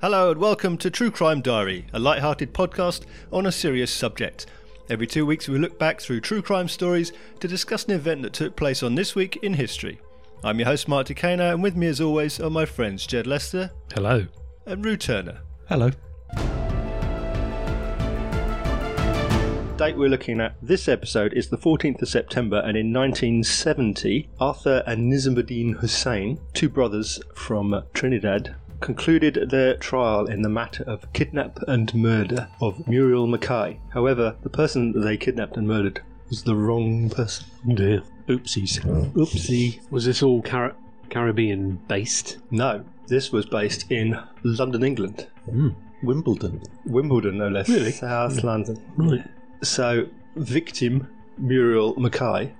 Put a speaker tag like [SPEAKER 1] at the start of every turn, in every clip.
[SPEAKER 1] Hello and welcome to True Crime Diary, a light-hearted podcast on a serious subject. Every two weeks, we look back through true crime stories to discuss an event that took place on this week in history. I'm your host, Mark Decano, and with me, as always, are my friends Jed Lester
[SPEAKER 2] Hello.
[SPEAKER 1] and Rue Turner.
[SPEAKER 2] Hello.
[SPEAKER 1] date we're looking at this episode is the 14th of September, and in 1970, Arthur and Nizamuddin Hussain, two brothers from Trinidad, concluded their trial in the matter of kidnap and murder of Muriel Mackay. However, the person that they kidnapped and murdered was the wrong person.
[SPEAKER 2] Oh, Dear. Oopsies.
[SPEAKER 1] Oopsie.
[SPEAKER 2] Was this all Car- Caribbean based?
[SPEAKER 1] No, this was based in London, England.
[SPEAKER 3] Wimbledon.
[SPEAKER 1] Wimbledon, no less.
[SPEAKER 2] Hmm, Really? Hmm.
[SPEAKER 1] South London.
[SPEAKER 2] Right.
[SPEAKER 1] So, victim Muriel Mackay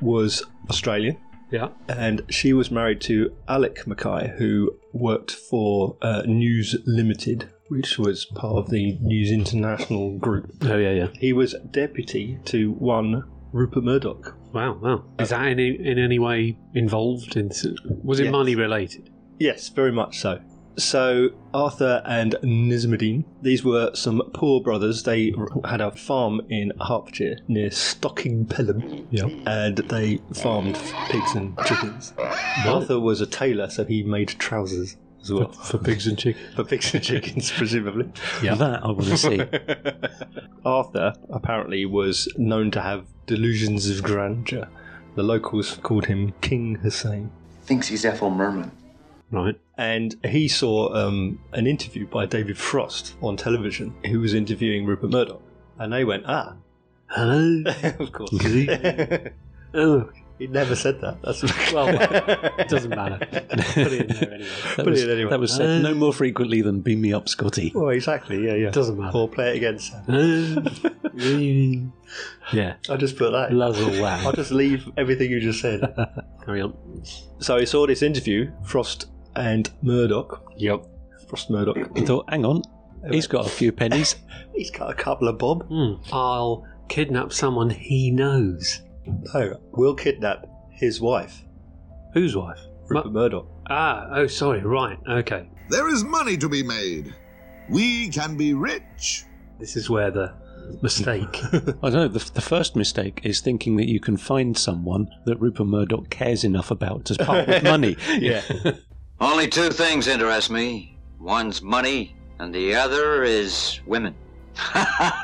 [SPEAKER 1] was Australian.
[SPEAKER 2] Yeah.
[SPEAKER 1] and she was married to Alec Mackay, who worked for uh, News Limited, which was part of the News International group.
[SPEAKER 2] Oh yeah, yeah.
[SPEAKER 1] He was deputy to one Rupert Murdoch.
[SPEAKER 2] Wow, wow. Is that any, in any way involved in? s- Was it
[SPEAKER 1] Yes.
[SPEAKER 2] money related?
[SPEAKER 1] Yes, very much so. So Arthur and Nizamuddin, these were some poor brothers. They had a farm in Hertfordshire near Stocking Pelham,
[SPEAKER 2] Yeah.
[SPEAKER 1] and they farmed pigs and chickens. Arthur was a tailor, so he made trousers as well.
[SPEAKER 2] For pigs and chicken.
[SPEAKER 1] for pigs and chickens, presumably.
[SPEAKER 3] That I want to see.
[SPEAKER 1] Arthur apparently was known to have delusions of grandeur. The locals called him King Hussein.
[SPEAKER 4] thinks he's Ethel Merman.
[SPEAKER 2] Right.
[SPEAKER 1] And he saw um, an interview by David Frost on television, who was interviewing Rupert Murdoch. And they went, ah,
[SPEAKER 2] Hello.
[SPEAKER 1] of course.
[SPEAKER 2] Gee.
[SPEAKER 1] he
[SPEAKER 2] Oh,
[SPEAKER 1] never said that. That's
[SPEAKER 2] Well, it doesn't matter. Put it in there anyway.
[SPEAKER 3] That
[SPEAKER 1] Put
[SPEAKER 3] was,
[SPEAKER 1] it anyway.
[SPEAKER 3] that was said no more frequently than "Beam me up, Scotty."
[SPEAKER 1] Oh, exactly. Yeah, yeah.
[SPEAKER 2] Doesn't matter.
[SPEAKER 1] Or play it again, Sam.
[SPEAKER 2] Oh. yeah.
[SPEAKER 1] I'll just put that. in.
[SPEAKER 2] Lazzle
[SPEAKER 1] I'll
[SPEAKER 2] wow.
[SPEAKER 1] just leave everything you just said.
[SPEAKER 2] Carry on.
[SPEAKER 1] So he saw this interview, Frost and Murdoch.
[SPEAKER 2] Yep.
[SPEAKER 1] Frost Murdoch.
[SPEAKER 3] I thought, hang on, he's got a few pennies.
[SPEAKER 1] He's got a couple of bob.
[SPEAKER 2] Hmm. I'll kidnap someone he knows.
[SPEAKER 1] No, we'll kidnap his wife,
[SPEAKER 2] Whose wife?
[SPEAKER 1] Rupert Murdoch.
[SPEAKER 2] Ah, oh, sorry, right, okay.
[SPEAKER 5] There is money to be made. We can be rich.
[SPEAKER 2] This is where the mistake.
[SPEAKER 3] I don't know. The, the first mistake is thinking that you can find someone that Rupert Murdoch cares enough about to part Oh, with money.
[SPEAKER 1] Yeah.
[SPEAKER 6] Only two things interest me. One's money, and the other is women.
[SPEAKER 2] right,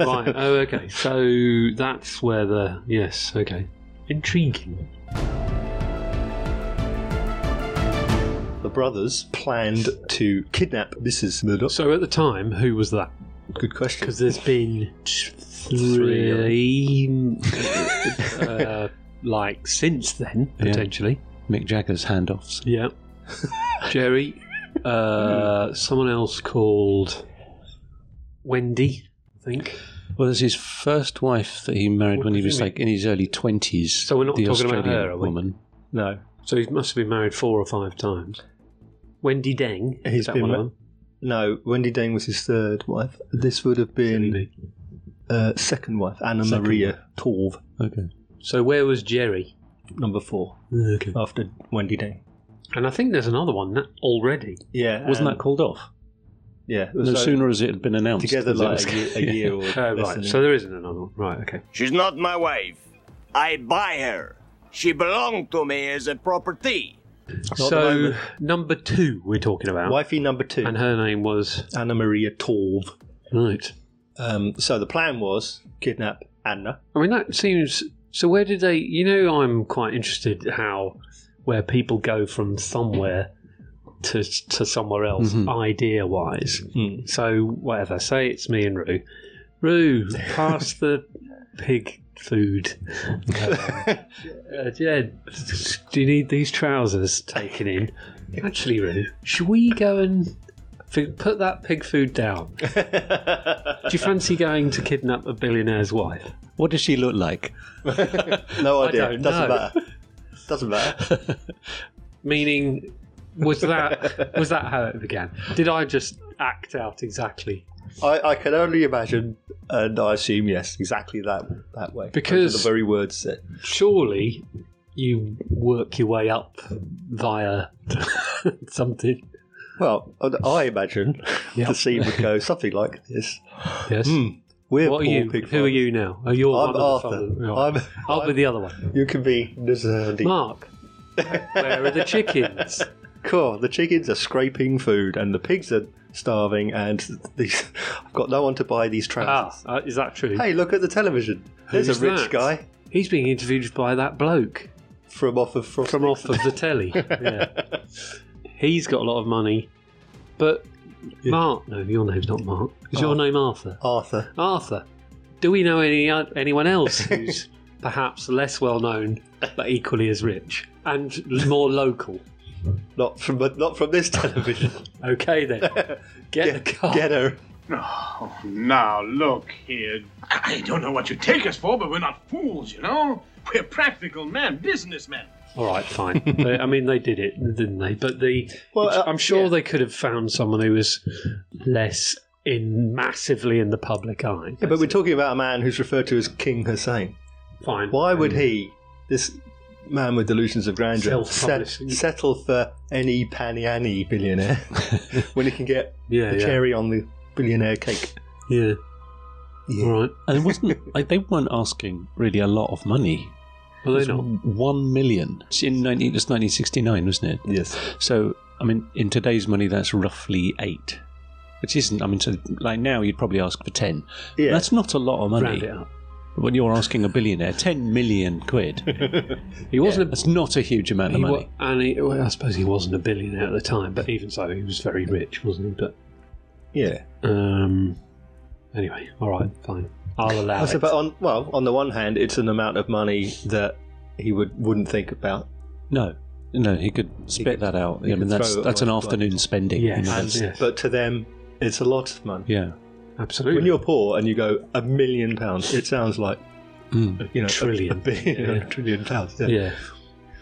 [SPEAKER 2] oh, okay. So that's where the. Yes, okay. Intriguing.
[SPEAKER 1] the brothers planned to kidnap Mrs. Murdoch.
[SPEAKER 2] So at the time, who was that?
[SPEAKER 1] Good question.
[SPEAKER 2] Because there's been three. uh, like, since then,
[SPEAKER 3] Yeah.
[SPEAKER 2] potentially.
[SPEAKER 3] Mick Jagger's handoffs.
[SPEAKER 2] Yeah. Jerry. Uh, someone else called Wendy, I think.
[SPEAKER 3] Well, there's his first wife that he married
[SPEAKER 2] Well,
[SPEAKER 3] when he was
[SPEAKER 2] presumably-
[SPEAKER 3] like in his early twenties.
[SPEAKER 2] So we're not
[SPEAKER 3] the
[SPEAKER 2] talking about
[SPEAKER 3] Australian
[SPEAKER 2] her, are we?
[SPEAKER 3] woman.
[SPEAKER 1] No.
[SPEAKER 2] So he must have been married four or five times. Wendy Deng.
[SPEAKER 1] He's
[SPEAKER 2] is that
[SPEAKER 1] been
[SPEAKER 2] one of
[SPEAKER 1] ma-
[SPEAKER 2] them?
[SPEAKER 1] No, Wendy Dane was his third wife. This would have been
[SPEAKER 2] Wendy.
[SPEAKER 1] uh, second wife, Anna
[SPEAKER 3] Second
[SPEAKER 1] Maria Torv,
[SPEAKER 3] Okay.
[SPEAKER 2] So where was Jerry?
[SPEAKER 1] number four,
[SPEAKER 2] Okay.
[SPEAKER 1] after Wendy Dane.
[SPEAKER 2] And I think there's another one that already.
[SPEAKER 1] Yeah.
[SPEAKER 3] Wasn't
[SPEAKER 2] Um,
[SPEAKER 1] and-
[SPEAKER 3] that called off?
[SPEAKER 1] Yeah. it was
[SPEAKER 3] No
[SPEAKER 1] so-
[SPEAKER 3] sooner as it had been announced.
[SPEAKER 1] Together
[SPEAKER 3] as it
[SPEAKER 1] like
[SPEAKER 3] was-
[SPEAKER 1] a year, a year or
[SPEAKER 2] Uh,
[SPEAKER 1] less
[SPEAKER 2] right.
[SPEAKER 1] than a
[SPEAKER 2] So there isn't another one. Right. Okay.
[SPEAKER 7] She's not my wife. I buy her. She belonged to me as a property.
[SPEAKER 1] Not the
[SPEAKER 2] so
[SPEAKER 1] moment.
[SPEAKER 2] number two we're talking about,
[SPEAKER 1] Wifey number two,
[SPEAKER 2] and her name was
[SPEAKER 1] Anna Maria Torv.
[SPEAKER 2] right.
[SPEAKER 1] Um, so the plan was kidnap Anna.
[SPEAKER 2] I mean that seems. So where did they? You know, I'm quite interested how where people go from somewhere to to somewhere else, idea wise.
[SPEAKER 1] Mm.
[SPEAKER 2] So whatever. Say it's me and Roo. Roo, pass the pig food. Uh, Jed, do you need these trousers taken in? Actually, Roo, should we go and f- put that pig food down? do you fancy going to kidnap a billionaire's wife?
[SPEAKER 3] What does she look like?
[SPEAKER 1] No
[SPEAKER 2] I
[SPEAKER 1] idea.
[SPEAKER 2] don't
[SPEAKER 1] Doesn't
[SPEAKER 2] know.
[SPEAKER 1] matter. Doesn't matter.
[SPEAKER 2] Meaning, was that was that how it began? Did I just act out exactly?
[SPEAKER 1] I, I can only imagine, and I assume yes, exactly that that way. Those are
[SPEAKER 2] Because-
[SPEAKER 1] the very words said.
[SPEAKER 2] Surely, you work your way up via something.
[SPEAKER 1] Well, I- I imagine the scene would go something like this.
[SPEAKER 2] Yes.
[SPEAKER 1] We're
[SPEAKER 2] What are
[SPEAKER 1] Hmm. poor
[SPEAKER 2] you?
[SPEAKER 1] pig
[SPEAKER 2] Who are
[SPEAKER 1] farmers.
[SPEAKER 2] you now? Oh, you're
[SPEAKER 1] I'm
[SPEAKER 2] one
[SPEAKER 1] Arthur.
[SPEAKER 2] of the
[SPEAKER 1] I'm,
[SPEAKER 2] will be the other one.
[SPEAKER 1] you can be Nazardi.
[SPEAKER 2] Mark. Where are the chickens?
[SPEAKER 1] Cool. The chickens are scraping food, and the pigs are starving. And these, I've got no one to buy these
[SPEAKER 2] Ah,
[SPEAKER 1] trousers.
[SPEAKER 2] uh, is that true?
[SPEAKER 1] Hey, look at the television. There's
[SPEAKER 2] Who's
[SPEAKER 1] a rich
[SPEAKER 2] that?
[SPEAKER 1] guy
[SPEAKER 2] He's being interviewed by that bloke
[SPEAKER 1] from off of Frosty.
[SPEAKER 2] from off of the telly. Yeah. He's got a lot of money, but Mark. No, your name's not Mark. Is
[SPEAKER 1] Oh.
[SPEAKER 2] your name Arthur?
[SPEAKER 1] Arthur.
[SPEAKER 2] Arthur. Do we know any anyone else who's perhaps less well known but equally as rich and more local?
[SPEAKER 1] Not from but not from this television.
[SPEAKER 2] Okay then, get
[SPEAKER 1] Get,
[SPEAKER 2] the car.
[SPEAKER 1] get her.
[SPEAKER 4] Oh, now look here. I don't know what you take us for, but we're not fools, you know? We're practical men, businessmen.
[SPEAKER 2] All right, fine. They- I mean, they did it, didn't they? But the
[SPEAKER 1] Well, uh,
[SPEAKER 2] I'm sure
[SPEAKER 1] yeah.
[SPEAKER 2] they could have found someone who was less in massively in the public eye.
[SPEAKER 1] Yeah, but we're talking about a man who's referred to as King Hussein.
[SPEAKER 2] fine.
[SPEAKER 1] Why would he, this man with delusions of grandeur, set,
[SPEAKER 2] Self-publishing.
[SPEAKER 1] settle for any panny any billionaire when he can get
[SPEAKER 2] Yeah,
[SPEAKER 1] the
[SPEAKER 2] yeah,
[SPEAKER 1] cherry on the billionaire cake?
[SPEAKER 2] yeah.
[SPEAKER 1] Yeah.
[SPEAKER 2] All right.
[SPEAKER 3] And it wasn't like they weren't asking really a lot of money.
[SPEAKER 2] Well,
[SPEAKER 3] It
[SPEAKER 2] they not.
[SPEAKER 3] was One million It's in 19, it's 1969, wasn't it?
[SPEAKER 1] Yes.
[SPEAKER 3] So, I mean, in today's money, that's roughly eight, which isn't. I mean, so like now, you'd probably ask for ten.
[SPEAKER 1] Yeah.
[SPEAKER 3] That's not a lot of
[SPEAKER 2] Round
[SPEAKER 3] money.
[SPEAKER 2] it up.
[SPEAKER 3] When you're asking a billionaire ten million quid,
[SPEAKER 2] He wasn't a
[SPEAKER 3] that's not a huge amount of
[SPEAKER 2] He wa-
[SPEAKER 3] money.
[SPEAKER 2] and he, well, I suppose he wasn't a billionaire at the time, but even so, he was very rich, wasn't he?
[SPEAKER 1] Yeah.
[SPEAKER 2] But um, anyway, all right, fine. I'll allow
[SPEAKER 1] I
[SPEAKER 2] it.
[SPEAKER 1] suppose on well, on the one hand, it's an amount of money that he would wouldn't think about,
[SPEAKER 3] No, no, he could spit
[SPEAKER 1] could-
[SPEAKER 3] that out.
[SPEAKER 1] he
[SPEAKER 3] I
[SPEAKER 1] could
[SPEAKER 3] mean, that's
[SPEAKER 1] throw it
[SPEAKER 3] that's an
[SPEAKER 1] away.
[SPEAKER 3] afternoon spending. you
[SPEAKER 2] Yes,
[SPEAKER 3] know,
[SPEAKER 1] and,
[SPEAKER 3] that's-
[SPEAKER 2] yes.
[SPEAKER 1] but to them, it's a lot of money.
[SPEAKER 3] yeah.
[SPEAKER 2] Absolutely.
[SPEAKER 1] When you're poor and you go a million pounds, it sounds like
[SPEAKER 3] Mm.
[SPEAKER 1] you know a-
[SPEAKER 2] Trillion.
[SPEAKER 1] a, billion,
[SPEAKER 2] Yeah.
[SPEAKER 1] a trillion pounds.
[SPEAKER 2] yeah.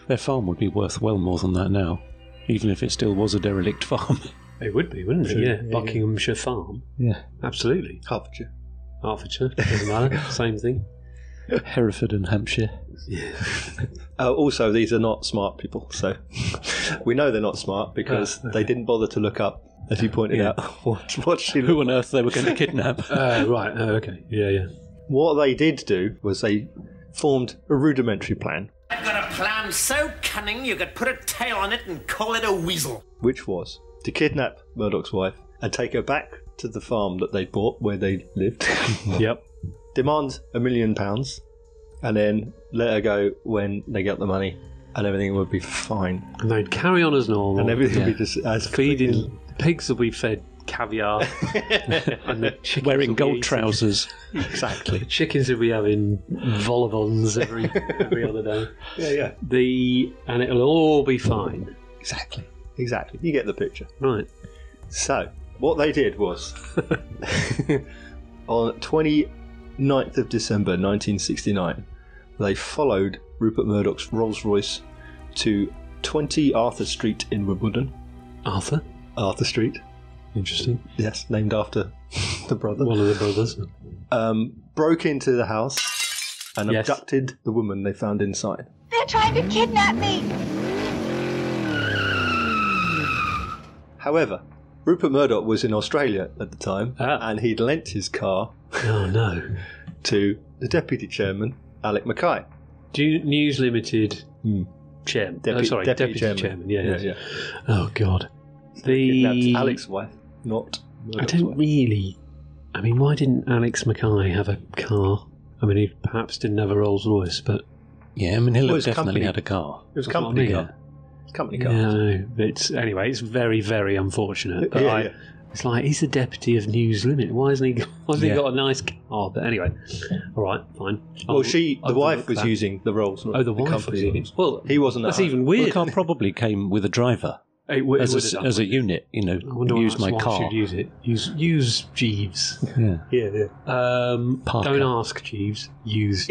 [SPEAKER 3] Their farm would be worth well more than that now, even if it still was a derelict farm.
[SPEAKER 2] It would be, wouldn't it?
[SPEAKER 1] True.
[SPEAKER 2] Yeah.
[SPEAKER 1] Yeah, yeah.
[SPEAKER 2] Buckinghamshire Farm.
[SPEAKER 3] Yeah.
[SPEAKER 2] Absolutely.
[SPEAKER 1] Hertfordshire.
[SPEAKER 2] Hertfordshire. Doesn't matter. Same thing.
[SPEAKER 3] Hereford and Hampshire.
[SPEAKER 1] Uh, also, these are not smart people, so we know they're not smart because
[SPEAKER 2] Ah, okay.
[SPEAKER 1] they didn't bother to look up, as you pointed
[SPEAKER 3] Yeah.
[SPEAKER 1] out, what, what she
[SPEAKER 3] Who on earth they were going to kidnap?
[SPEAKER 2] Uh, right. Oh, okay. Yeah, yeah.
[SPEAKER 1] What they did do was they formed a rudimentary plan,
[SPEAKER 8] I've got a plan so cunning you could put a tail on it and call it a weasel.
[SPEAKER 1] which was to kidnap Murdoch's wife and take her back to the farm that they bought where they lived,
[SPEAKER 2] Yep.
[SPEAKER 1] demand a million pounds, and then let her go when they get the money, and everything would be fine,
[SPEAKER 2] And they'd carry on as normal.
[SPEAKER 1] and everything would be just as
[SPEAKER 2] Feeding. Pigs will be fed caviar. and the chickens
[SPEAKER 3] Wearing
[SPEAKER 2] will be
[SPEAKER 3] gold
[SPEAKER 2] eating-
[SPEAKER 3] trousers.
[SPEAKER 1] exactly.
[SPEAKER 2] Chickens will be having vol au vents every, every other day.
[SPEAKER 1] Yeah, yeah,
[SPEAKER 2] The and it'll all be fine.
[SPEAKER 1] exactly, exactly. You get the picture.
[SPEAKER 2] Right.
[SPEAKER 1] So, what they did was on 29th of December 1969, they followed Rupert Murdoch's Rolls Royce to 20 Arthur Street in Wimbledon.
[SPEAKER 2] Arthur.
[SPEAKER 1] Arthur Street,
[SPEAKER 2] Interesting.
[SPEAKER 1] yes, named after the brother.
[SPEAKER 2] One of the brothers.
[SPEAKER 1] Um, broke into the house and
[SPEAKER 2] Yes.
[SPEAKER 1] abducted the woman they found inside.
[SPEAKER 9] They're trying to kidnap me.
[SPEAKER 1] However, Rupert Murdoch was in Australia at the time
[SPEAKER 2] Ah.
[SPEAKER 1] and he'd lent his car
[SPEAKER 2] Oh no.
[SPEAKER 1] to the deputy chairman, Alec
[SPEAKER 2] Oh,
[SPEAKER 1] Mackay.
[SPEAKER 2] Du- News Limited
[SPEAKER 1] Hmm.
[SPEAKER 2] chairman.
[SPEAKER 1] Depu-
[SPEAKER 2] oh, sorry, deputy, chairman. Yeah, yeah. Oh god. The
[SPEAKER 1] Kidnapped Alex's wife, not
[SPEAKER 2] I
[SPEAKER 1] Murdoch's
[SPEAKER 2] don't
[SPEAKER 1] wife.
[SPEAKER 2] really. I mean, why didn't Alex Mackay have a car? I mean, he perhaps didn't have a Rolls Royce, but
[SPEAKER 3] Yeah, I mean, he'll
[SPEAKER 1] Well,
[SPEAKER 3] have
[SPEAKER 1] it's
[SPEAKER 3] definitely
[SPEAKER 1] company.
[SPEAKER 3] had a car.
[SPEAKER 1] It was
[SPEAKER 2] That's what I
[SPEAKER 1] company
[SPEAKER 2] mean.
[SPEAKER 1] car. It's company car.
[SPEAKER 2] no. It's anyway. It's very, very unfortunate. But
[SPEAKER 1] Yeah,
[SPEAKER 2] I,
[SPEAKER 1] yeah.
[SPEAKER 2] It's like he's the deputy of News Limit. Why hasn't he? Why hasn't
[SPEAKER 3] Yeah.
[SPEAKER 2] he got a nice car? But anyway, all right, fine.
[SPEAKER 1] Well, she, the
[SPEAKER 2] I'll
[SPEAKER 1] wife,
[SPEAKER 2] look
[SPEAKER 1] was
[SPEAKER 2] that.
[SPEAKER 1] using the Rolls.
[SPEAKER 2] Oh, the, wife was
[SPEAKER 1] company
[SPEAKER 2] in it.
[SPEAKER 1] Rolls.
[SPEAKER 2] Well,
[SPEAKER 1] He wasn't. at
[SPEAKER 2] that's
[SPEAKER 1] home.
[SPEAKER 2] even
[SPEAKER 3] The
[SPEAKER 2] weird.
[SPEAKER 3] car probably came with a driver as a, as a unit, you know,
[SPEAKER 2] I wonder why
[SPEAKER 3] use
[SPEAKER 2] that's
[SPEAKER 3] my
[SPEAKER 2] why I
[SPEAKER 3] car.
[SPEAKER 2] Should use it. Use use Jeeves.
[SPEAKER 3] Yeah.
[SPEAKER 1] Yeah, yeah.
[SPEAKER 2] Um,
[SPEAKER 3] Parker.
[SPEAKER 2] don't ask Jeeves. Use.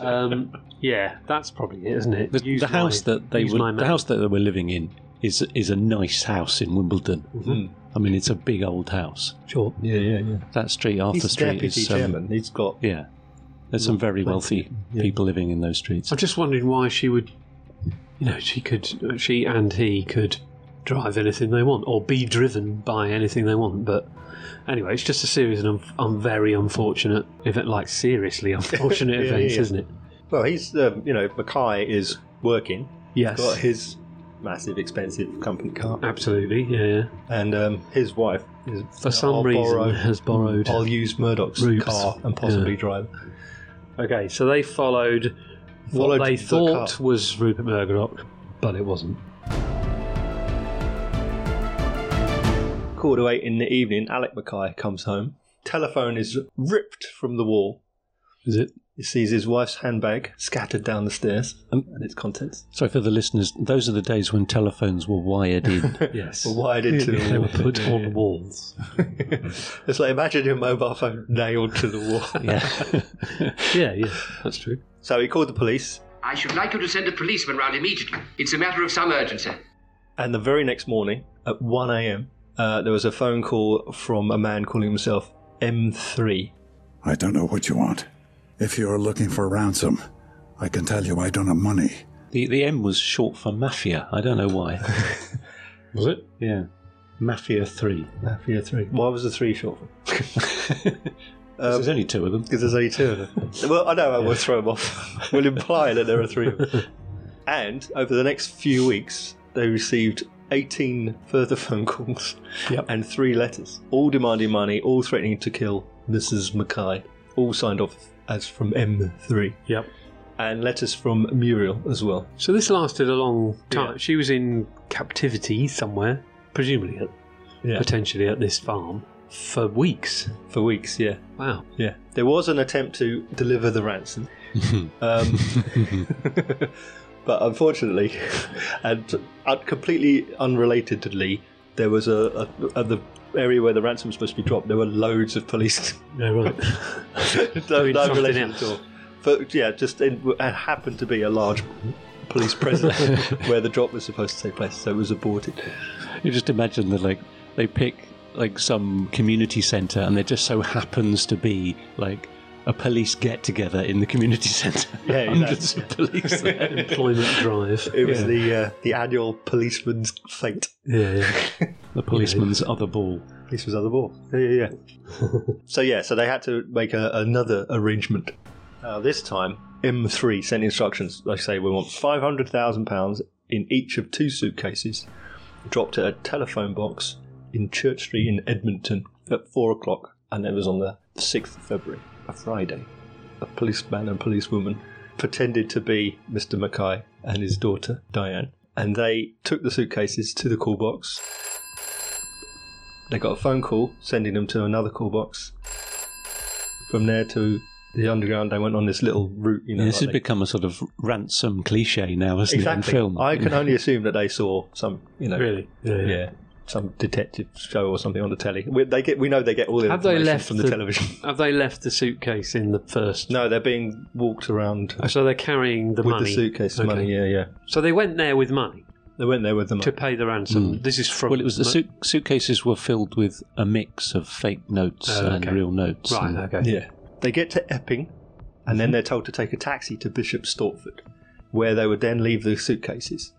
[SPEAKER 2] um, yeah, that's probably it, isn't it?
[SPEAKER 3] The,
[SPEAKER 2] Use
[SPEAKER 3] the house
[SPEAKER 2] my-
[SPEAKER 3] that they
[SPEAKER 2] use
[SPEAKER 3] were,
[SPEAKER 2] my
[SPEAKER 3] the
[SPEAKER 2] map.
[SPEAKER 3] house that they were living in is is a nice house in Wimbledon.
[SPEAKER 1] Mhm.
[SPEAKER 3] I mean, it's a big old house.
[SPEAKER 2] Sure.
[SPEAKER 1] yeah, yeah, yeah.
[SPEAKER 3] That street, Arthur
[SPEAKER 1] He's the
[SPEAKER 3] Street,
[SPEAKER 1] deputy
[SPEAKER 3] is um,
[SPEAKER 1] chairman. He's got.
[SPEAKER 3] yeah. There's some very wealthy people living in those streets.
[SPEAKER 2] I'm just wondering why she would. You know, she could. She and he could drive anything they want or be driven by anything they want. But anyway, it's just a series of un- un- very unfortunate event, like seriously unfortunate
[SPEAKER 1] Yeah,
[SPEAKER 2] events,
[SPEAKER 1] yeah.
[SPEAKER 2] isn't it?
[SPEAKER 1] Well, he's um, you know Mackay is working.
[SPEAKER 2] Yes,
[SPEAKER 1] Got his massive, expensive company car,
[SPEAKER 2] absolutely. Yeah, yeah.
[SPEAKER 1] and um, his wife is
[SPEAKER 2] for some
[SPEAKER 1] I'll
[SPEAKER 2] reason
[SPEAKER 1] borrow-
[SPEAKER 2] has borrowed.
[SPEAKER 1] I'll use Murdoch's
[SPEAKER 2] Roots.
[SPEAKER 1] car and possibly
[SPEAKER 2] Yeah.
[SPEAKER 1] drive.
[SPEAKER 2] Okay, so they followed,
[SPEAKER 1] Followed
[SPEAKER 2] what they
[SPEAKER 1] the
[SPEAKER 2] thought
[SPEAKER 1] car.
[SPEAKER 2] was Rupert Murdoch, but it wasn't.
[SPEAKER 1] Quarter to eight in the evening, Alec Mackay comes home. Telephone is ripped from the wall.
[SPEAKER 3] Is it?
[SPEAKER 1] He sees his wife's handbag scattered down the stairs um, and its contents.
[SPEAKER 3] Sorry for the listeners. Those are the days when telephones were wired in.
[SPEAKER 2] Yes,
[SPEAKER 1] Wired into
[SPEAKER 2] they
[SPEAKER 1] the
[SPEAKER 2] were
[SPEAKER 1] wall.
[SPEAKER 2] put on walls.
[SPEAKER 1] It's like imagine your mobile phone nailed to the wall.
[SPEAKER 3] yeah.
[SPEAKER 2] Yeah, yeah, that's true.
[SPEAKER 1] So he called the police,
[SPEAKER 10] I should like you to send a policeman round immediately. It's a matter of some urgency.
[SPEAKER 1] and the very next morning at 1 a.m., uh, there was a phone call from a man calling himself M3.
[SPEAKER 11] I don't know what you want. If you are looking for ransom, I can tell you I don't have money.
[SPEAKER 3] The the M was short for mafia. I don't know why.
[SPEAKER 2] Was it?
[SPEAKER 3] Yeah. Mafia three.
[SPEAKER 1] Mafia 3. Why was the 3 short for?
[SPEAKER 3] There's only two of them.
[SPEAKER 1] Because there's only two of them. well, I know I will throw them off. we'll imply that there are three of them. And over the next few weeks, they received 18 further phone calls
[SPEAKER 2] Yep.
[SPEAKER 1] and three letters, all demanding money, all threatening to kill Mrs. Mackay, all signed off as from M3,
[SPEAKER 2] Yep.
[SPEAKER 1] and letters from Muriel as well.
[SPEAKER 2] So this lasted a long time.
[SPEAKER 1] Yeah.
[SPEAKER 2] She was in captivity somewhere, presumably, at,
[SPEAKER 1] Yeah.
[SPEAKER 2] potentially at this farm, for weeks.
[SPEAKER 1] For weeks, yeah.
[SPEAKER 2] Wow.
[SPEAKER 1] Yeah. There was an attempt to deliver the ransom. um, but unfortunately, and uh, completely unrelatedly, there was a, a at the area where the ransom was supposed to be dropped. There were loads of police.
[SPEAKER 2] Yeah, right.
[SPEAKER 1] no
[SPEAKER 2] Doing
[SPEAKER 1] no
[SPEAKER 2] something
[SPEAKER 1] relation
[SPEAKER 2] else.
[SPEAKER 1] at all. But yeah, just it, w- it happened to be a large police presence where the drop was supposed to take place, so it was aborted.
[SPEAKER 3] You just imagine that like they pick like some community centre and there just so happens to be like a police get together in the community centre.
[SPEAKER 1] Yeah, exactly.
[SPEAKER 3] hundreds of police there.
[SPEAKER 2] Employment drive.
[SPEAKER 1] It was
[SPEAKER 2] yeah.
[SPEAKER 1] the uh, the annual policeman's fate.
[SPEAKER 2] yeah, yeah.
[SPEAKER 3] the policeman's other ball.
[SPEAKER 1] This was other ball. Yeah, yeah, yeah. so yeah, so they had to make a, another arrangement. Uh, this time, M3 sent instructions. They say we want five hundred thousand pounds in each of two suitcases, dropped at a telephone box in Church Street in Edmonton at four o'clock, and it was on the sixth of February, a Friday. A policeman and policewoman pretended to be Mr. Mackay and his daughter Diane, and they took the suitcases to the call box. They got a phone call sending them to another call box. From there to the underground, they went on this little route. You know,
[SPEAKER 3] this
[SPEAKER 1] like
[SPEAKER 3] has
[SPEAKER 1] they-
[SPEAKER 3] become a sort of ransom cliche now, hasn't
[SPEAKER 1] exactly.
[SPEAKER 3] it? In film.
[SPEAKER 1] I can only assume that they saw some, you know,
[SPEAKER 2] Really? Yeah. yeah.
[SPEAKER 1] yeah, some detective show or something on the telly. We, they get, we know they get all their
[SPEAKER 2] Have they
[SPEAKER 1] information
[SPEAKER 2] left
[SPEAKER 1] from the,
[SPEAKER 2] the-
[SPEAKER 1] television.
[SPEAKER 2] Have they left the suitcase in the first?
[SPEAKER 1] no, they're being walked around
[SPEAKER 2] So they're carrying the
[SPEAKER 1] with
[SPEAKER 2] Oh, money.
[SPEAKER 1] the suitcases,
[SPEAKER 2] Okay.
[SPEAKER 1] money. Yeah, yeah.
[SPEAKER 2] So they went there with money
[SPEAKER 1] They went there with the money.
[SPEAKER 2] to pay the ransom. This is from.
[SPEAKER 3] Well, it was the suit- suitcases were filled with a mix of fake notes
[SPEAKER 2] Oh,
[SPEAKER 3] and
[SPEAKER 2] okay.
[SPEAKER 3] real notes.
[SPEAKER 2] Right.
[SPEAKER 3] and-
[SPEAKER 2] Okay.
[SPEAKER 1] Yeah. They get to Epping, and
[SPEAKER 2] Mm-hmm.
[SPEAKER 1] then they're told to take a taxi to Bishop Stortford, where they would then leave the suitcases.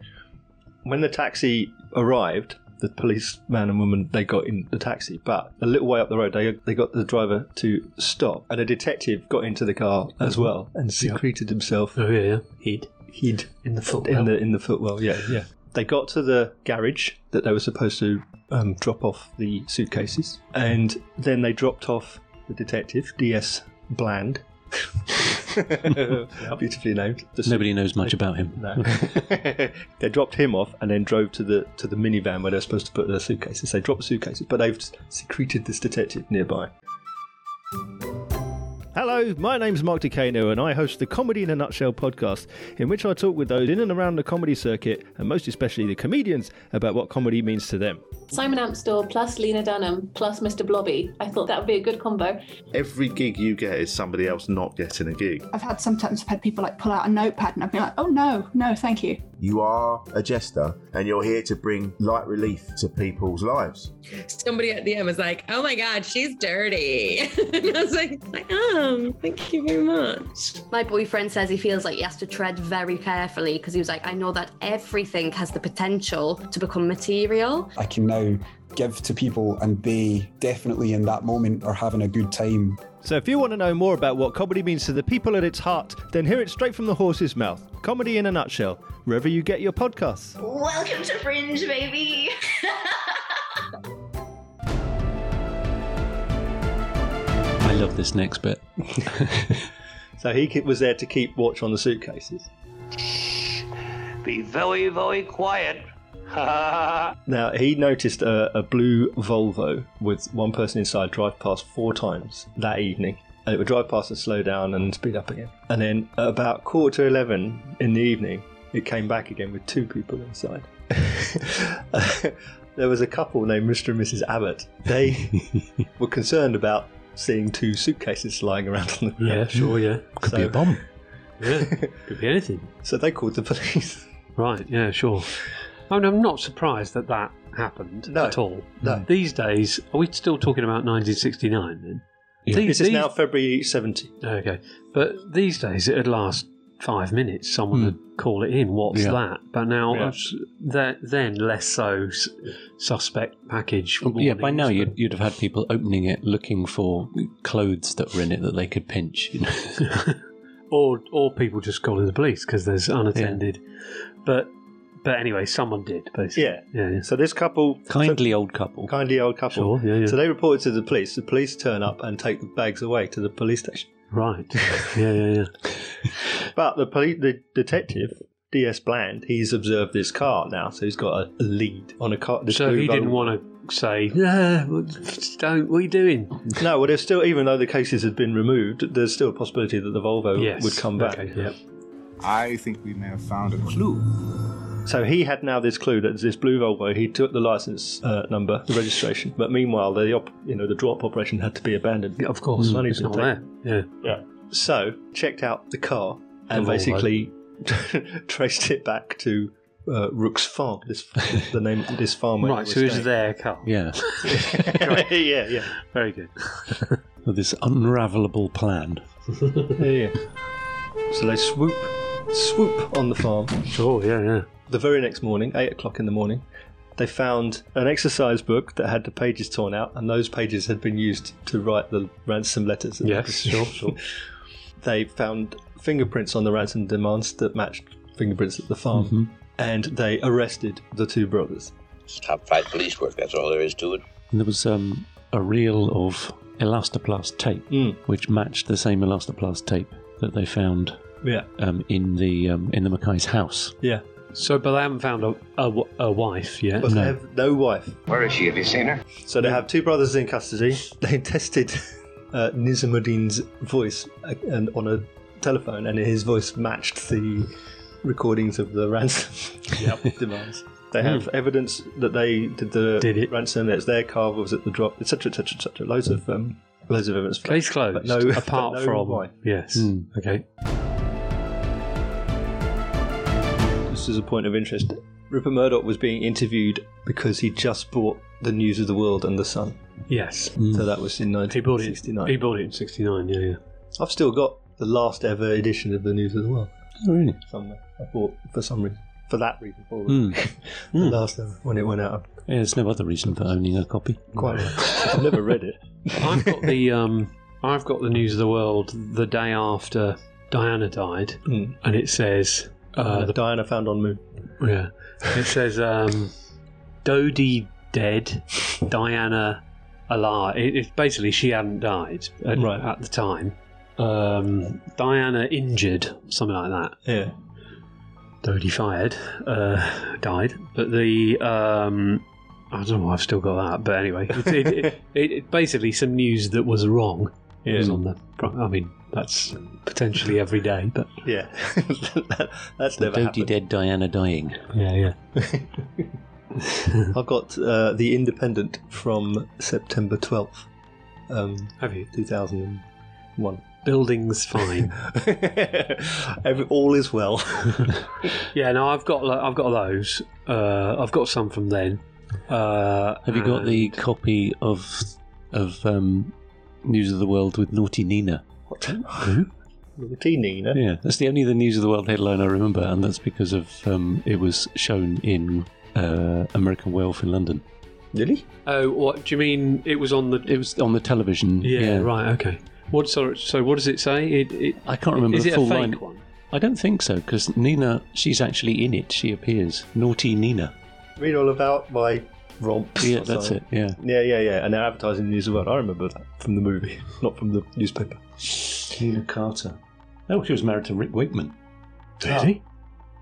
[SPEAKER 1] When the taxi arrived, the policeman and woman they got in the taxi, but a little way up the road they they got the driver to stop, and a detective got into the car
[SPEAKER 2] Mm-hmm.
[SPEAKER 1] as well and secreted himself
[SPEAKER 2] Oh yeah. yeah. He'd
[SPEAKER 1] hid
[SPEAKER 2] in the foot.
[SPEAKER 1] in the in the footwell. Yeah, yeah. They got to the garage that they were supposed to um, drop off the suitcases, and then they dropped off the detective D.S. Bland, beautifully named. The
[SPEAKER 3] Nobody knows much about him.
[SPEAKER 1] no. they dropped him off and then drove to the to the minivan where they're supposed to put their suitcases. They dropped suitcases, but they've secreted this detective nearby. Hello, my name's Mark Decano, and I host the Comedy in a Nutshell podcast, in which I talk with those in and around the comedy circuit, and most especially the comedians, about what comedy means to them.
[SPEAKER 12] Simon Amstor plus Lena Dunham plus Mr. Blobby. I thought that would be a good combo.
[SPEAKER 13] Every gig you get is somebody else not getting a gig.
[SPEAKER 9] I've had sometimes I've had people like pull out a notepad and I've been like, oh no, no, thank you.
[SPEAKER 14] You are a jester and you're here to bring light relief to people's lives.
[SPEAKER 15] Somebody at the end was like, "Oh my God, she's dirty," and I was like, "I am. Thank you very much."
[SPEAKER 16] My boyfriend says he feels like he has to tread very carefully because he was like, "I know that everything has the potential to become material."
[SPEAKER 17] I can now give to people, and they definitely in that moment are having a good time.
[SPEAKER 18] So, if you want to know more about what comedy means to the people at its heart, then hear it straight from the horse's mouth. Comedy in a nutshell, wherever you get your podcasts.
[SPEAKER 9] Welcome to Fringe, baby.
[SPEAKER 3] I love this next bit.
[SPEAKER 1] So he ke- was there to keep watch on the suitcases.
[SPEAKER 19] Be very, very quiet.
[SPEAKER 1] Now, he noticed a, a blue Volvo with one person inside drive past four times that evening. And it would drive past and slow down and speed up again. And then at about quarter to 11 in the evening, it came back again with two people inside. there was a couple named Mr. and Mrs. Abbott. They were concerned about seeing two suitcases lying around on the ground.
[SPEAKER 2] Yeah, sure, yeah.
[SPEAKER 1] Could
[SPEAKER 2] be a bomb. Yeah, could be anything.
[SPEAKER 1] So they called the police.
[SPEAKER 2] Right, yeah, sure. I mean, I'm not surprised that that happened at all. No. These days, are we still talking about 1969 then? These-
[SPEAKER 1] this is
[SPEAKER 2] these-
[SPEAKER 1] now February 70.
[SPEAKER 2] Okay. But these days, it'd last five minutes. Someone
[SPEAKER 1] Hmm.
[SPEAKER 2] would call it in. What's
[SPEAKER 1] Yeah.
[SPEAKER 2] that? But now,
[SPEAKER 1] Yeah.
[SPEAKER 2] it's- that- then less so s- suspect package.
[SPEAKER 3] Oh, yeah, by
[SPEAKER 2] warnings,
[SPEAKER 3] now
[SPEAKER 2] but-
[SPEAKER 3] you'd, you'd have had people opening it looking for clothes that were in it that they could pinch. You know?
[SPEAKER 2] or or people just calling the police because there's unattended. But but anyway, someone did basically.
[SPEAKER 1] Yeah.
[SPEAKER 2] yeah, yeah.
[SPEAKER 1] So this couple,
[SPEAKER 3] kindly old couple,
[SPEAKER 1] kindly old couple.
[SPEAKER 2] Sure, yeah, yeah.
[SPEAKER 1] So they reported to the police. The police turn up and take the bags away to the police station.
[SPEAKER 2] Right. yeah, yeah, yeah.
[SPEAKER 1] But the police, the detective. DS Bland, he's observed this car now, so he's got a lead on a car. this
[SPEAKER 2] So
[SPEAKER 1] blue
[SPEAKER 2] he didn't
[SPEAKER 1] Volvo.
[SPEAKER 2] want to say, "Yeah, don't. What are you doing?"
[SPEAKER 1] No, well, there's still, even though the cases had been removed, there's still a possibility that the Volvo would come back.
[SPEAKER 2] Okay, yep.
[SPEAKER 1] I think we may have found a clue. So he had now this clue that this blue Volvo, he took the license uh, number, the registration, but meanwhile, the op- you know the drop operation had to be abandoned.
[SPEAKER 2] Of course,
[SPEAKER 1] money's
[SPEAKER 2] it's not
[SPEAKER 1] been
[SPEAKER 2] there. Yeah.
[SPEAKER 1] Yeah. So checked out the car and
[SPEAKER 2] The Volvo.
[SPEAKER 1] basically traced it back to uh, Rook's Farm. This the name of this farm. where
[SPEAKER 2] Right,
[SPEAKER 1] they
[SPEAKER 2] so
[SPEAKER 1] were
[SPEAKER 2] it's
[SPEAKER 1] staying.
[SPEAKER 2] there, Carl.
[SPEAKER 3] Yeah.
[SPEAKER 1] yeah, yeah.
[SPEAKER 2] Very good.
[SPEAKER 3] this unravelable plan.
[SPEAKER 1] yeah. So they swoop, swoop on the farm.
[SPEAKER 2] Sure, yeah, yeah.
[SPEAKER 1] The very next morning, eight o'clock in the morning, they found an exercise book that had the pages torn out, and those pages had been used to write the ransom letters.
[SPEAKER 2] Yes, sure, sure.
[SPEAKER 1] they found fingerprints on the ransom demands that matched fingerprints at the farm,
[SPEAKER 3] Mhm.
[SPEAKER 1] and they arrested the two brothers.
[SPEAKER 20] Top five police work, that's all there is to it.
[SPEAKER 3] And there was um, a reel of elastoplast tape, which matched the same elastoplast tape that they found
[SPEAKER 1] Yeah.
[SPEAKER 3] um, in the um, in the Mackay's house.
[SPEAKER 1] Yeah.
[SPEAKER 2] So, but they haven't found a, a, w- a wife yet.
[SPEAKER 1] But they have no wife.
[SPEAKER 20] Where is she? Have you seen her?
[SPEAKER 1] So they have two brothers in custody. They tested uh, Nizamuddin's voice uh, and on a telephone, and his voice matched the recordings of the ransom demands. They have
[SPEAKER 2] Hmm.
[SPEAKER 1] evidence that they did the
[SPEAKER 2] Did it.
[SPEAKER 1] ransom. It's their car was at the drop, etc., etc., etc. Loads of um, loads of evidence. for
[SPEAKER 2] Case
[SPEAKER 1] that.
[SPEAKER 2] closed.
[SPEAKER 1] But no,
[SPEAKER 2] apart
[SPEAKER 1] but no
[SPEAKER 2] from
[SPEAKER 1] wife.
[SPEAKER 2] yes. Okay.
[SPEAKER 1] This is a point of interest. Rupert Murdoch was being interviewed because he just bought the News of the World and the Sun.
[SPEAKER 2] Yes.
[SPEAKER 3] Mm.
[SPEAKER 1] So that was in 1969.
[SPEAKER 2] He bought it in '69. Yeah, yeah.
[SPEAKER 1] I've still got the last ever edition of the News of the World.
[SPEAKER 3] Oh, really?
[SPEAKER 1] Somewhere I bought for some reason, for that reason, probably.
[SPEAKER 3] Hmm.
[SPEAKER 1] the last ever when it went out.
[SPEAKER 3] Yeah, there's no other reason for owning a copy.
[SPEAKER 1] Quite. right. I've never read it.
[SPEAKER 2] I've got the um, I've got the news of the world the day after Diana died,
[SPEAKER 1] Hmm.
[SPEAKER 2] and it says uh,
[SPEAKER 1] Uh,
[SPEAKER 2] the,
[SPEAKER 1] Diana found on Moon.
[SPEAKER 2] yeah, it says um, Dodie dead, Diana alive. It, it's basically she hadn't died at,
[SPEAKER 1] Right.
[SPEAKER 2] at the time. Um, Diana injured, something like that.
[SPEAKER 1] Yeah.
[SPEAKER 2] Dodie fired, uh, died. But the um, I don't know why I've still got that. But anyway, it, it, it, it, it- basically some news that was wrong was on the. front. I mean, that's potentially every day, but
[SPEAKER 1] Yeah, that's never
[SPEAKER 3] Dodie
[SPEAKER 1] happened.
[SPEAKER 3] dead Diana dying.
[SPEAKER 2] yeah, yeah.
[SPEAKER 1] I've got uh, The Independent from September 12th. Um, Have you? 2001.
[SPEAKER 2] Building's fine.
[SPEAKER 1] Every, all is well.
[SPEAKER 2] yeah, no, I've got lo- I've got those. Uh, I've got some from then. Uh,
[SPEAKER 3] Have you got the copy of of um, News of the World with Naughty Nina?
[SPEAKER 1] What? Who? Naughty Nina?
[SPEAKER 3] Yeah, that's the only the News of the World headline I remember, and that's because of um, it was shown in uh, American Wealth in London.
[SPEAKER 1] Really?
[SPEAKER 2] Oh, what do you mean? It was on the.
[SPEAKER 3] It was on the television.
[SPEAKER 2] Yeah, right. Okay. What? So, so what does it say? It, it,
[SPEAKER 3] I can't remember
[SPEAKER 2] Is
[SPEAKER 3] the
[SPEAKER 2] it
[SPEAKER 3] full
[SPEAKER 2] a fake
[SPEAKER 3] line.
[SPEAKER 2] one?
[SPEAKER 3] I don't think so because Nina, she's actually in it. She appears. Naughty Nina.
[SPEAKER 1] Read all about my romps.
[SPEAKER 3] Yeah,
[SPEAKER 1] or
[SPEAKER 3] that's
[SPEAKER 1] something.
[SPEAKER 3] it, yeah.
[SPEAKER 1] Yeah, yeah, yeah. And they're advertising the news of the world. I remember that from the movie, not from the newspaper.
[SPEAKER 3] Nina Carter. Oh, she was married to Rick Wakeman.
[SPEAKER 1] Did
[SPEAKER 3] he?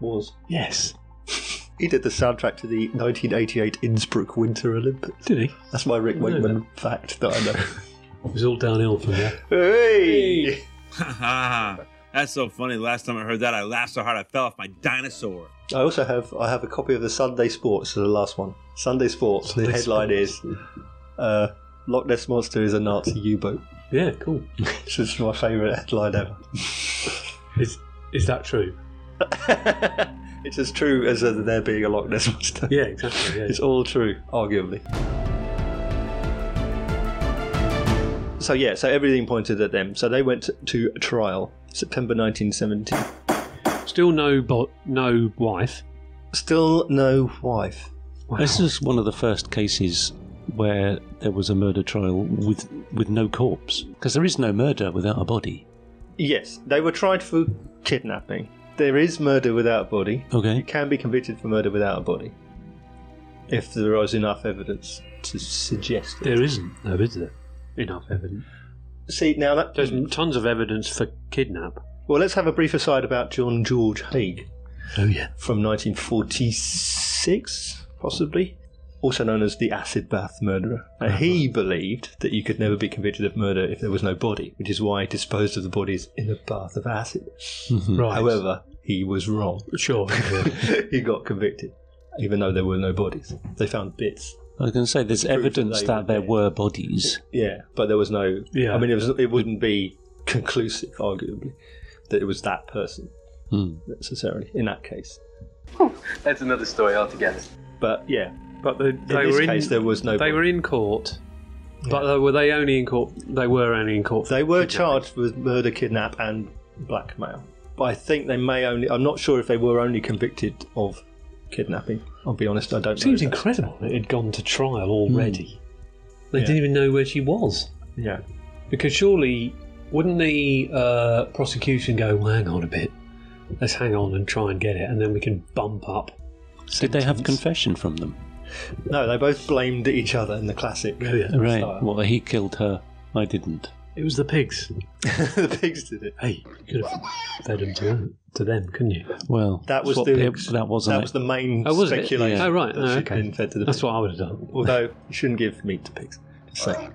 [SPEAKER 1] Was.
[SPEAKER 3] Yes.
[SPEAKER 1] He did the soundtrack to the 1988 Innsbruck Winter Olympics.
[SPEAKER 3] Did he?
[SPEAKER 1] That's my Rick
[SPEAKER 2] I didn't know
[SPEAKER 1] Wakeman fact that I know.
[SPEAKER 2] It was all downhill from there.
[SPEAKER 1] Hey!
[SPEAKER 21] That's so funny. The last time I heard that, I laughed so hard I fell off my dinosaur.
[SPEAKER 1] I also have I have a copy of the Sunday Sports, so the last one. Sunday Sports. the
[SPEAKER 21] Sunday
[SPEAKER 1] headline is uh, Loch Ness monster is a Nazi U-boat.
[SPEAKER 2] Yeah, cool.
[SPEAKER 1] This is my favourite headline ever.
[SPEAKER 2] Is is that true?
[SPEAKER 1] It's as true as uh, there being a Loch Ness monster.
[SPEAKER 2] Yeah, exactly. Yeah.
[SPEAKER 1] It's all true, arguably. So yeah, so everything pointed at them. So they went to trial, September 1970.
[SPEAKER 2] Still no bo- no wife.
[SPEAKER 1] Still no wife.
[SPEAKER 3] This is one of the first cases where there was a murder trial with with no corpse because there is no murder without a body.
[SPEAKER 1] Yes, they were tried for kidnapping. There is murder without body.
[SPEAKER 3] Okay.
[SPEAKER 1] You can be convicted for murder without a body if there is enough evidence to suggest it.
[SPEAKER 2] There isn't, though, is there? Enough evidence.
[SPEAKER 1] See now that
[SPEAKER 2] there's tons of evidence for kidnap.
[SPEAKER 1] Well, let's have a brief aside about John George Haig.
[SPEAKER 3] Oh yeah.
[SPEAKER 1] From 1946, possibly. Also known as the acid bath murderer. Now, he
[SPEAKER 3] Uh-huh.
[SPEAKER 1] believed that you could never be convicted of murder if there was no body, which is why he disposed of the bodies in a bath of acid.
[SPEAKER 3] Mm-hmm.
[SPEAKER 2] Right.
[SPEAKER 1] However, he was wrong.
[SPEAKER 2] Sure.
[SPEAKER 1] he got convicted, even though there were no bodies. They found bits.
[SPEAKER 3] I was going to say there's
[SPEAKER 1] Proof that
[SPEAKER 3] evidence
[SPEAKER 1] they
[SPEAKER 3] that,
[SPEAKER 1] were
[SPEAKER 3] there were bodies.
[SPEAKER 1] Yeah, but there was no.
[SPEAKER 3] Yeah.
[SPEAKER 1] I mean, it was. It wouldn't be conclusive, arguably, that it was that person necessarily in that case.
[SPEAKER 22] Oh, That's another story altogether.
[SPEAKER 1] But yeah, but the, in
[SPEAKER 2] They
[SPEAKER 1] this
[SPEAKER 2] were in-
[SPEAKER 1] case, there was no.
[SPEAKER 2] They were in court, but they- were they only in court? They were only in court.
[SPEAKER 1] They were charged with murder, kidnap, and blackmail. But I think they may only. I'm not sure if they were only convicted of kidnapping. I'll be honest. I don't.
[SPEAKER 2] Seems
[SPEAKER 1] know.
[SPEAKER 2] incredible that it had gone to trial already.
[SPEAKER 1] Hmm.
[SPEAKER 2] They
[SPEAKER 1] Yeah.
[SPEAKER 2] didn't even know where she was.
[SPEAKER 1] Yeah.
[SPEAKER 2] Because surely, wouldn't the uh, prosecution go, well, hang on a bit, let's hang on and try and get it, and then we can bump up.
[SPEAKER 3] Did they have confession from them?
[SPEAKER 1] No, they both blamed each other in the classic.
[SPEAKER 3] Right.
[SPEAKER 1] style.
[SPEAKER 3] Well, he killed her. I didn't.
[SPEAKER 2] It was the pigs.
[SPEAKER 1] the pigs did it.
[SPEAKER 2] Hey, you could have fed them to, to them, couldn't you?
[SPEAKER 3] Well,
[SPEAKER 1] That was
[SPEAKER 3] swap-
[SPEAKER 1] the
[SPEAKER 3] it- that wasn't.
[SPEAKER 1] that
[SPEAKER 3] it.
[SPEAKER 1] was the main
[SPEAKER 2] Oh, was it?
[SPEAKER 1] speculation.
[SPEAKER 2] Yeah. Oh, right.
[SPEAKER 1] that
[SPEAKER 2] Oh,
[SPEAKER 1] she'd
[SPEAKER 2] okay.
[SPEAKER 1] been fed to the
[SPEAKER 2] That's
[SPEAKER 1] pigs.
[SPEAKER 2] what I would have done.
[SPEAKER 1] Although you shouldn't give meat to pigs. So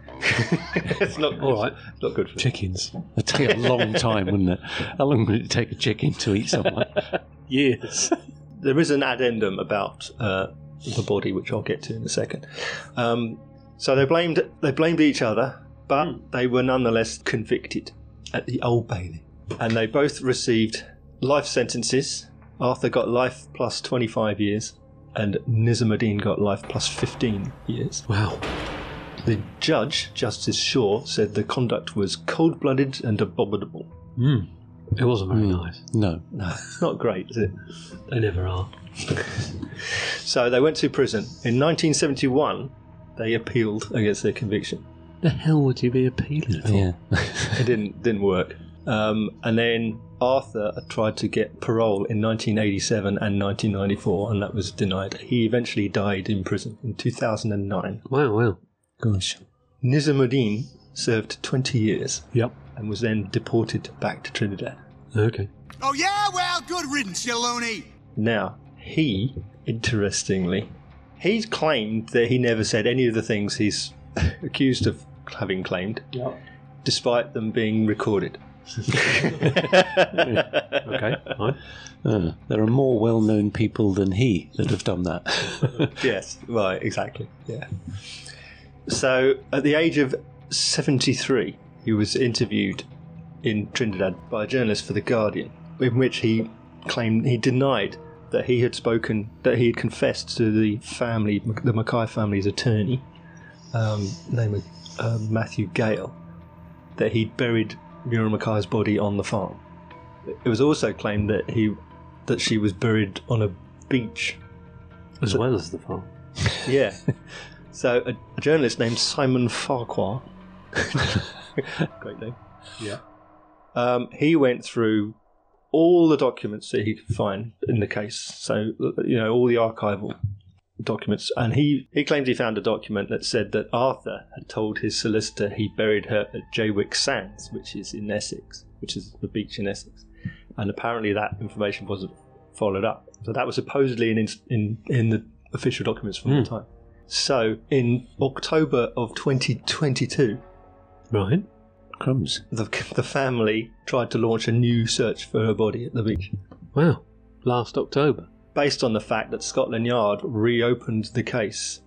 [SPEAKER 1] it's not good.
[SPEAKER 2] All right.
[SPEAKER 1] Not good for
[SPEAKER 3] chickens. It'd take a long time, wouldn't it? How long would it take a chicken to eat someone?
[SPEAKER 1] Yes. There is an addendum about uh, the body, which I'll get to in a second. Um, so they blamed they blamed each other, but
[SPEAKER 2] Hmm.
[SPEAKER 1] they were nonetheless convicted at the Old Bailey, and they both received life sentences. Arthur got life plus twenty five years, and Nizamuddin got life plus fifteen years.
[SPEAKER 2] Wow.
[SPEAKER 1] The judge, Justice Shaw, said the conduct was cold blooded and abominable.
[SPEAKER 2] Mm. It wasn't
[SPEAKER 1] Hmm.
[SPEAKER 2] very nice.
[SPEAKER 3] No.
[SPEAKER 1] No, not great, is it?
[SPEAKER 2] They never are.
[SPEAKER 1] So they went to prison. In 1971, they appealed against their conviction.
[SPEAKER 2] The hell would you be appealing for?
[SPEAKER 3] Yeah.
[SPEAKER 1] It didn't didn't work. Um, and then Arthur tried to get parole in 1987 and 1994, and that was denied. He eventually died in prison in 2009.
[SPEAKER 2] Wow, wow.
[SPEAKER 3] Gosh.
[SPEAKER 1] Nizamuddin served 20 years.
[SPEAKER 2] Yep.
[SPEAKER 1] And was then deported back to Trinidad.
[SPEAKER 2] Okay.
[SPEAKER 23] Oh, yeah? Well, good riddance, you loony.
[SPEAKER 1] Now, he, interestingly, he's claimed that he never said any of the things he's accused of having claimed, despite them being recorded.
[SPEAKER 2] okay, fine.
[SPEAKER 3] Uh, there are more well known people than he that have done that.
[SPEAKER 1] yes, right, exactly. Yeah. So, at the age of 73, he was interviewed in Trinidad by a journalist for The Guardian, in which he claimed he denied that he had spoken, that he had confessed to the family, the Mackay family's attorney, um, named uh, Matthew Gale, that he'd buried Muriel Mackay's body on the farm. It was also claimed that he that she was buried on a beach
[SPEAKER 2] as well as the farm.
[SPEAKER 1] yeah. So a, a journalist named Simon Farquhar, great name.
[SPEAKER 2] Yeah.
[SPEAKER 1] Um, he went through all the documents that he could find in the case. So you know all the archival documents, and he he claimed he found a document that said that Arthur had told his solicitor he buried her at Jaywick Sands, which is in Essex, which is the beach in Essex, and apparently that information wasn't followed up. So that was supposedly in in in the official documents
[SPEAKER 2] Hmm.
[SPEAKER 1] from the time. So in October of 2022,
[SPEAKER 2] Right.
[SPEAKER 3] Crumbs.
[SPEAKER 1] the the family tried to launch a new search for her body at the beach.
[SPEAKER 2] Wow. Last October.
[SPEAKER 1] Based on the fact that Scotland Yard reopened the case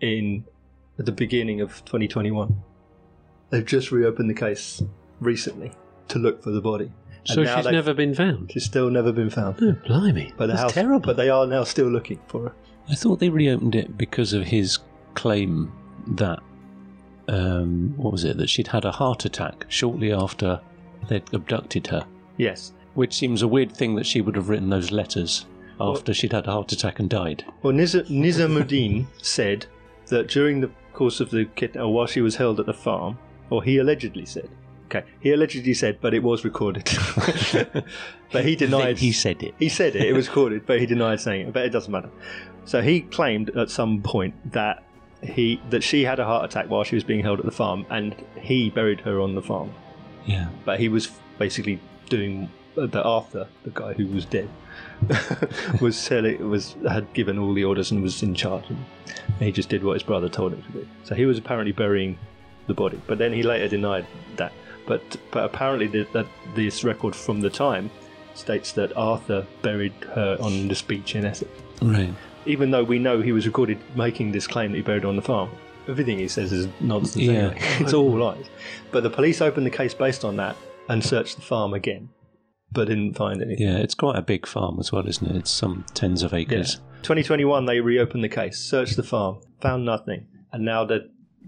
[SPEAKER 1] in at the beginning of 2021. They've just reopened the case recently to look for the body. And
[SPEAKER 2] So
[SPEAKER 1] now
[SPEAKER 2] she's
[SPEAKER 1] they've-
[SPEAKER 2] never been found.
[SPEAKER 1] She's still never been found.
[SPEAKER 2] Oh, blimey.
[SPEAKER 1] But the
[SPEAKER 2] That's
[SPEAKER 1] house,
[SPEAKER 2] terrible.
[SPEAKER 1] but they are now still looking for her.
[SPEAKER 3] I thought they reopened it because of his claim that um, what was it that she'd had a heart attack shortly after they'd abducted her,
[SPEAKER 1] Yes.
[SPEAKER 3] which seems a weird thing that she would have written those letters after she'd had a heart attack and died.
[SPEAKER 1] Well, Niz- Nizamuddin said that during the course of the kid, or while she was held at the farm, or he allegedly said. Okay, he allegedly said, but it was recorded. but he denied.
[SPEAKER 3] He said it.
[SPEAKER 1] He said it. It was recorded, but he denied saying it. But it doesn't matter. So he claimed at some point that he that she had a heart attack while she was being held at the farm, and he buried her on the farm.
[SPEAKER 3] Yeah.
[SPEAKER 1] But he was basically doing that after the guy who was dead was selling, was had given all the orders and was in charge. And he just did what his brother told him to do. So he was apparently burying the body, but then he later denied that. But but apparently the, that this record from the time states that Arthur buried her on this beach in Essex.
[SPEAKER 3] Right.
[SPEAKER 1] Even though we know he was recorded making this claim that he buried her on the farm, everything he says is nonsense.
[SPEAKER 3] Yeah.
[SPEAKER 1] Anyway. it's all lies. But the police opened the case based on that and searched the farm again, but didn't find anything.
[SPEAKER 3] Yeah, it's quite a big farm as well, isn't it? It's some tens of acres.
[SPEAKER 1] 2021, they reopened the case, searched the farm, found nothing, and now that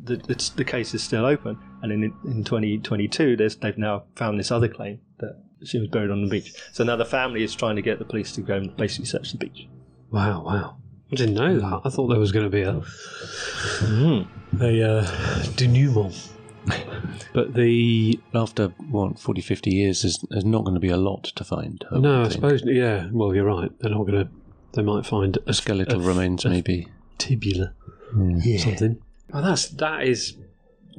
[SPEAKER 1] the, it's, the case is still open. And in in 2022, there's, they've now found this other claim that she was buried on the beach. So now the family is trying to get the police to go and basically search the beach.
[SPEAKER 2] Wow, wow. I didn't know that. I thought there was going to be a Hmm. a uh, denouement. But the
[SPEAKER 3] After, what, 40, 50 years, there's, there's not going to be a lot to find. I
[SPEAKER 2] no,
[SPEAKER 3] would
[SPEAKER 2] I
[SPEAKER 3] think.
[SPEAKER 2] suppose yeah. Well, you're right. They're not going to. They might find a
[SPEAKER 3] Skeletal
[SPEAKER 2] a-
[SPEAKER 3] remains,
[SPEAKER 2] a
[SPEAKER 3] maybe.
[SPEAKER 2] tibula,
[SPEAKER 3] Yeah.
[SPEAKER 2] something. Hmm. Oh, that's that is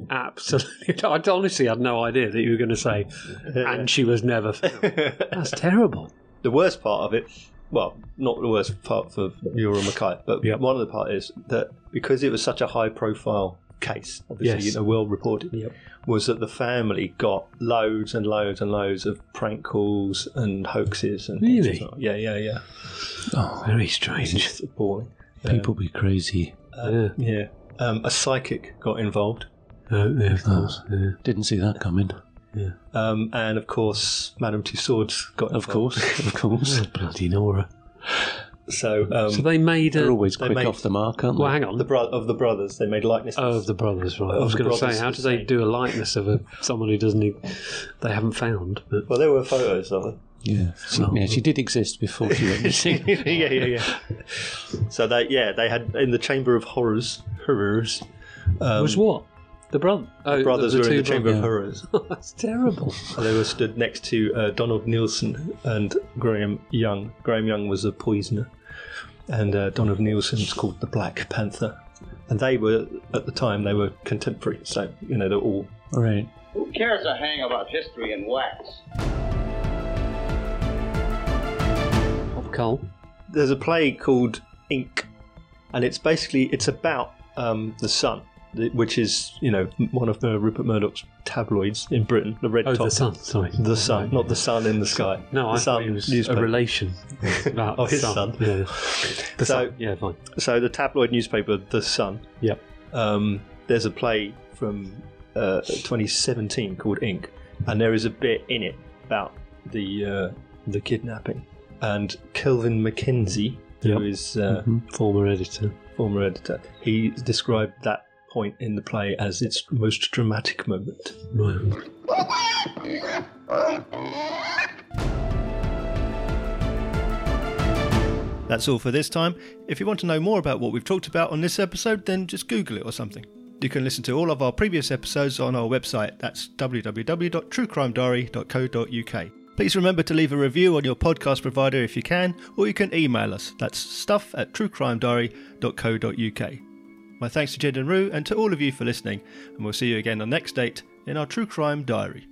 [SPEAKER 2] absolutely. I honestly had no idea that you were going to say,
[SPEAKER 3] Uh,
[SPEAKER 2] and she was never found. That's terrible.
[SPEAKER 1] The worst part of it, well, not the worst part for Euro Mackay, but one of the part is that because it was such a high profile case, obviously,
[SPEAKER 2] Yes.
[SPEAKER 1] you know, well reported, was that the family got loads and loads and loads of prank calls and hoaxes and things
[SPEAKER 2] Really?
[SPEAKER 1] like that. yeah, yeah, yeah.
[SPEAKER 3] Oh, very strange.
[SPEAKER 1] It's appalling.
[SPEAKER 3] People be crazy.
[SPEAKER 1] Uh, yeah. Um, a psychic got involved,
[SPEAKER 2] Oh, yeah, of
[SPEAKER 1] Ah.
[SPEAKER 2] course. Yeah.
[SPEAKER 3] Didn't see that coming.
[SPEAKER 1] um, and of course, Madame Two Swords got
[SPEAKER 3] Of
[SPEAKER 1] involved.
[SPEAKER 3] course, of course.
[SPEAKER 2] Oh, Bloody Nora.
[SPEAKER 1] So, um,
[SPEAKER 2] So they made a.
[SPEAKER 3] They're always
[SPEAKER 1] they
[SPEAKER 3] quick
[SPEAKER 1] made-
[SPEAKER 3] off the mark, aren't they?
[SPEAKER 2] well, hang on.
[SPEAKER 1] the bro- of the brothers, they made likenesses.
[SPEAKER 2] Oh, of the brothers, right? I
[SPEAKER 1] Of
[SPEAKER 2] was
[SPEAKER 1] the
[SPEAKER 2] going to say,
[SPEAKER 1] brothers
[SPEAKER 2] how
[SPEAKER 1] the
[SPEAKER 2] do they
[SPEAKER 1] same.
[SPEAKER 2] do a likeness of a, someone who doesn't? e- They haven't found. But
[SPEAKER 1] Well, there were photos of them.
[SPEAKER 3] Yeah. She, yeah, she did exist before she went missing.
[SPEAKER 1] yeah, yeah, yeah. So they, yeah, they had in the Chamber of Horrors, horrors. Um,
[SPEAKER 2] was what the brother? Oh,
[SPEAKER 1] the brothers were in the
[SPEAKER 2] two
[SPEAKER 1] Chamber of
[SPEAKER 2] brothers.
[SPEAKER 1] Horrors.
[SPEAKER 2] That's terrible.
[SPEAKER 1] And they were stood next to uh, Donald Nielsen and Graham Young. Graham Young was a poisoner, and uh, Donald Nielsen was called the Black Panther. And they were at the time they were contemporary, so you know they're all
[SPEAKER 3] All right.
[SPEAKER 5] Who cares a hang about history and wax?
[SPEAKER 2] Pop Cole.
[SPEAKER 1] there's a play called Ink, and it's basically it's about um, the sun. th- which is you know m- one of uh, Rupert Murdoch's tabloids in Britain, the Red
[SPEAKER 2] Oh, The
[SPEAKER 1] Top.
[SPEAKER 2] Sun, sorry.
[SPEAKER 1] the Sun, not the Sun in the sky.
[SPEAKER 2] No,
[SPEAKER 1] the
[SPEAKER 2] I
[SPEAKER 1] Sun
[SPEAKER 2] thought he was
[SPEAKER 1] newspaper.
[SPEAKER 2] a relation.
[SPEAKER 1] Oh, his son.
[SPEAKER 2] Yeah. The
[SPEAKER 1] so,
[SPEAKER 2] Sun. Yeah, fine.
[SPEAKER 1] So the tabloid newspaper, The Sun.
[SPEAKER 2] Yep.
[SPEAKER 1] Um, there's a play from uh, 2017 called Ink, and there is a bit in it about the uh, the kidnapping and Kelvin Mackenzie, who is uh,
[SPEAKER 2] former editor.
[SPEAKER 1] Former editor. He described that point in the play as its most dramatic moment.
[SPEAKER 18] That's all for this time. If you want to know more about what we've talked about on this episode, then just Google it or something. You can listen to all of our previous episodes on our website. That's www.truecrimediary.co.uk. Please remember to leave a review on your podcast provider if you can, or you can email us. That's stuff at truecrimediary.co.uk. My thanks to Jed and Rue and to all of you for listening, and we'll see you again on next date in our True Crime Diary.